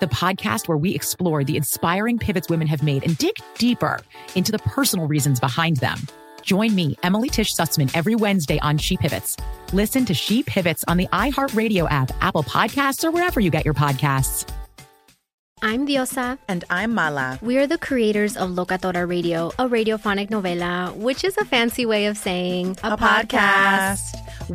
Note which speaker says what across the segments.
Speaker 1: the podcast where we explore the inspiring pivots women have made and dig deeper into the personal reasons behind them. Join me, Emily Tish Sussman, every Wednesday on She Pivots. Listen to She Pivots on the iHeartRadio app, Apple Podcasts, or wherever you get your podcasts.
Speaker 2: I'm Diosa.
Speaker 3: And I'm Mala.
Speaker 2: We are the creators of Locatora Radio, a radiophonic novela, which is a fancy way of saying
Speaker 3: a, a podcast. podcast.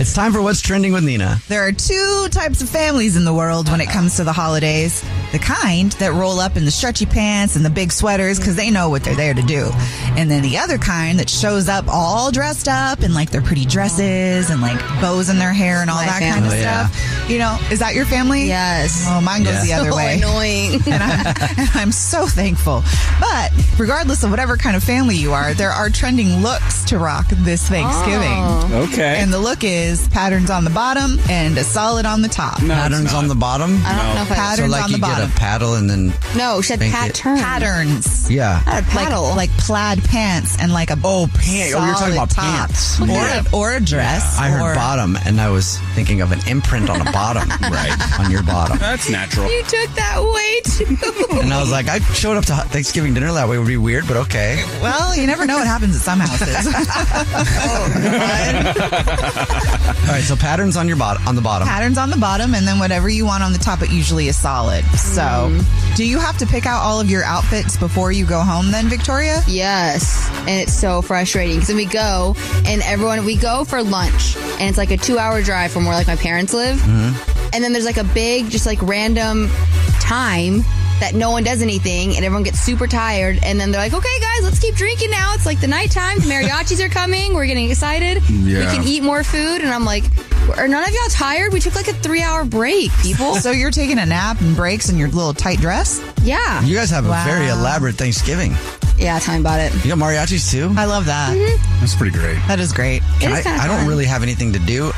Speaker 4: It's time for What's Trending with Nina.
Speaker 5: There are two types of families in the world when it comes to the holidays. The kind that roll up in the stretchy pants and the big sweaters because they know what they're there to do. And then the other kind that shows up all dressed up in like their pretty dresses and like bows in their hair and all My that family. kind of oh, yeah. stuff. You know, is that your family?
Speaker 6: Yes.
Speaker 5: Oh, mine goes yeah. the other
Speaker 6: so
Speaker 5: way.
Speaker 6: annoying.
Speaker 5: and, I'm, and I'm so thankful. But regardless of whatever kind of family you are, there are trending looks to rock this Thanksgiving.
Speaker 4: Oh. Okay.
Speaker 5: And the look is patterns on the bottom and a solid on the top.
Speaker 4: No, patterns on the bottom.
Speaker 6: I don't no. know if
Speaker 5: patterns
Speaker 4: so like
Speaker 5: on the
Speaker 4: you
Speaker 5: bottom.
Speaker 4: Get a paddle and then
Speaker 6: no, she had pattern.
Speaker 5: patterns.
Speaker 4: Yeah,
Speaker 6: a paddle
Speaker 5: like, like plaid pants and like a
Speaker 4: oh pants. Oh, you're talking about
Speaker 5: top.
Speaker 4: pants
Speaker 5: or yeah. a, or a dress.
Speaker 4: Yeah. I heard bottom and I was thinking of an imprint on a bottom, right on your bottom.
Speaker 7: That's natural.
Speaker 6: You took that way too.
Speaker 4: and I was like, I showed up to Thanksgiving dinner that way it would be weird, but okay.
Speaker 5: Well, you never know what happens at some houses.
Speaker 4: oh, all right, so patterns on your bot on the bottom.
Speaker 5: Patterns on the bottom, and then whatever you want on the top. It usually is solid. So, mm. do you have to pick out all of your outfits before you go home? Then, Victoria.
Speaker 6: Yes, and it's so frustrating because we go and everyone we go for lunch, and it's like a two-hour drive from where like my parents live, mm-hmm. and then there's like a big, just like random time that no one does anything and everyone gets super tired and then they're like okay guys let's keep drinking now it's like the nighttime the mariachis are coming we're getting excited yeah. we can eat more food and i'm like are none of y'all tired we took like a three hour break people
Speaker 5: so you're taking a nap and breaks in your little tight dress
Speaker 6: yeah
Speaker 4: you guys have wow. a very elaborate thanksgiving
Speaker 6: yeah, tell me about it.
Speaker 4: You got mariachis too?
Speaker 5: I love that.
Speaker 7: Mm-hmm. That's pretty great.
Speaker 5: That is great.
Speaker 4: Is I, I don't really have anything to do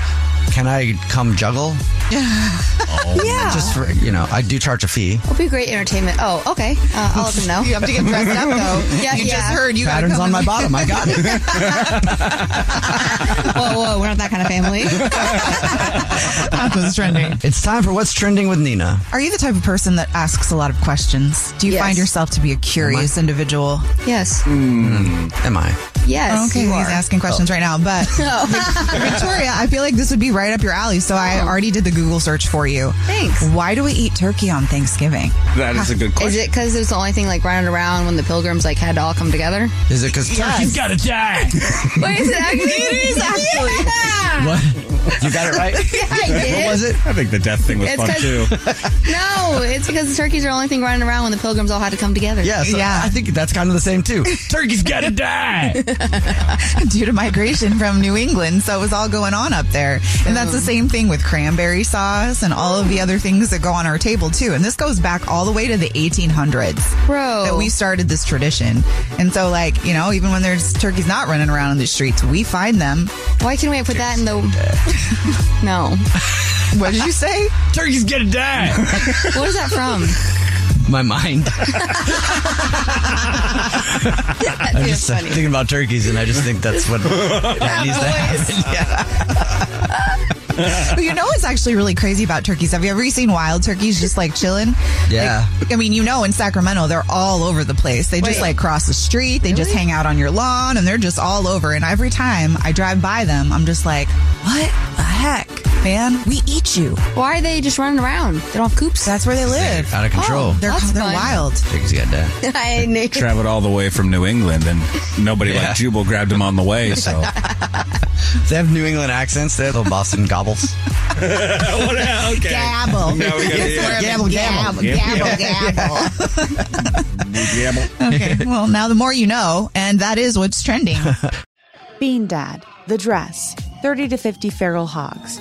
Speaker 4: can I come juggle?
Speaker 6: oh. Yeah.
Speaker 4: Just for, you know, I do charge a fee.
Speaker 6: It'll be great entertainment. Oh, okay. Uh, I'll let them know.
Speaker 5: you have to get dressed up, though.
Speaker 6: Yeah,
Speaker 5: you
Speaker 6: yeah.
Speaker 5: just heard you
Speaker 4: Patterns on my bottom. I got it.
Speaker 6: whoa, whoa. We're not that kind of family.
Speaker 5: That's what's trending.
Speaker 4: It's time for What's Trending with Nina.
Speaker 5: Are you the type of person that asks a lot of questions? Do you yes. find yourself to be a curious individual?
Speaker 6: Yes.
Speaker 4: Mm. Am I?
Speaker 6: Yes.
Speaker 5: Okay,
Speaker 6: he's
Speaker 5: are. asking questions oh. right now. But oh. Victoria, I feel like this would be right up your alley. So oh. I already did the Google search for you.
Speaker 6: Thanks.
Speaker 5: Why do we eat turkey on Thanksgiving?
Speaker 7: That is a good question.
Speaker 6: Is it because it was the only thing like running around when the pilgrims like had to all come together?
Speaker 4: Is it because yes.
Speaker 7: turkey's gotta die?
Speaker 6: Wait, is it actually? it is actually.
Speaker 4: Yeah. What? You got it right?
Speaker 6: Yeah, I did.
Speaker 4: What was it?
Speaker 7: I think the death thing was
Speaker 6: It's
Speaker 7: fun
Speaker 6: 'cause-
Speaker 7: too.
Speaker 6: No, it's because the turkeys are the only thing running around when the pilgrims all had to come together.
Speaker 4: Yeah, so
Speaker 5: Yeah.
Speaker 4: I think that's kind of the same too. Turkey's gotta die.
Speaker 5: due to migration from New England. So it was all going on up there. And that's the same thing with cranberry sauce and all of the other things that go on our table too. And this goes back all the way to the 1800s
Speaker 6: Bro.
Speaker 5: that we started this tradition. And so like, you know, even when there's turkeys not running around in the streets, we find them.
Speaker 6: Why can't we put that in the. no.
Speaker 5: What did you say?
Speaker 4: Turkey's gonna die.
Speaker 6: What is that from?
Speaker 4: My mind. I'm just uh, thinking about turkeys, and I just think that's what that needs to happen. Yeah.
Speaker 5: But you know what's actually really crazy about turkeys? Have you ever seen wild turkeys just like chilling?
Speaker 4: Yeah.
Speaker 5: Like, I mean, you know, in Sacramento, they're all over the place. They just like cross the street, they just hang out on your lawn, and they're just all over. And every time I drive by them, I'm just like, what the heck, man? We eat you.
Speaker 6: Why are they just running around? They don't have coops.
Speaker 5: That's where they live.
Speaker 4: Out of control.
Speaker 5: They're,
Speaker 6: That's
Speaker 5: they're
Speaker 6: fun.
Speaker 5: wild.
Speaker 4: turkeys gotta die.
Speaker 6: I knew.
Speaker 7: Traveled all the way from New England, and nobody
Speaker 4: Yeah.
Speaker 7: like Jubal grabbed him on the way. So
Speaker 4: They have New England accents. They have little Boston gobbles.
Speaker 7: okay.
Speaker 5: Gabble.
Speaker 7: Now we gotta hear it.
Speaker 5: Gabble, gabble, gabble, gabble. Okay, well, now the more you know, and that is what's trending.
Speaker 8: Bean Dad, The Dress, 30 to 50 Feral Hogs.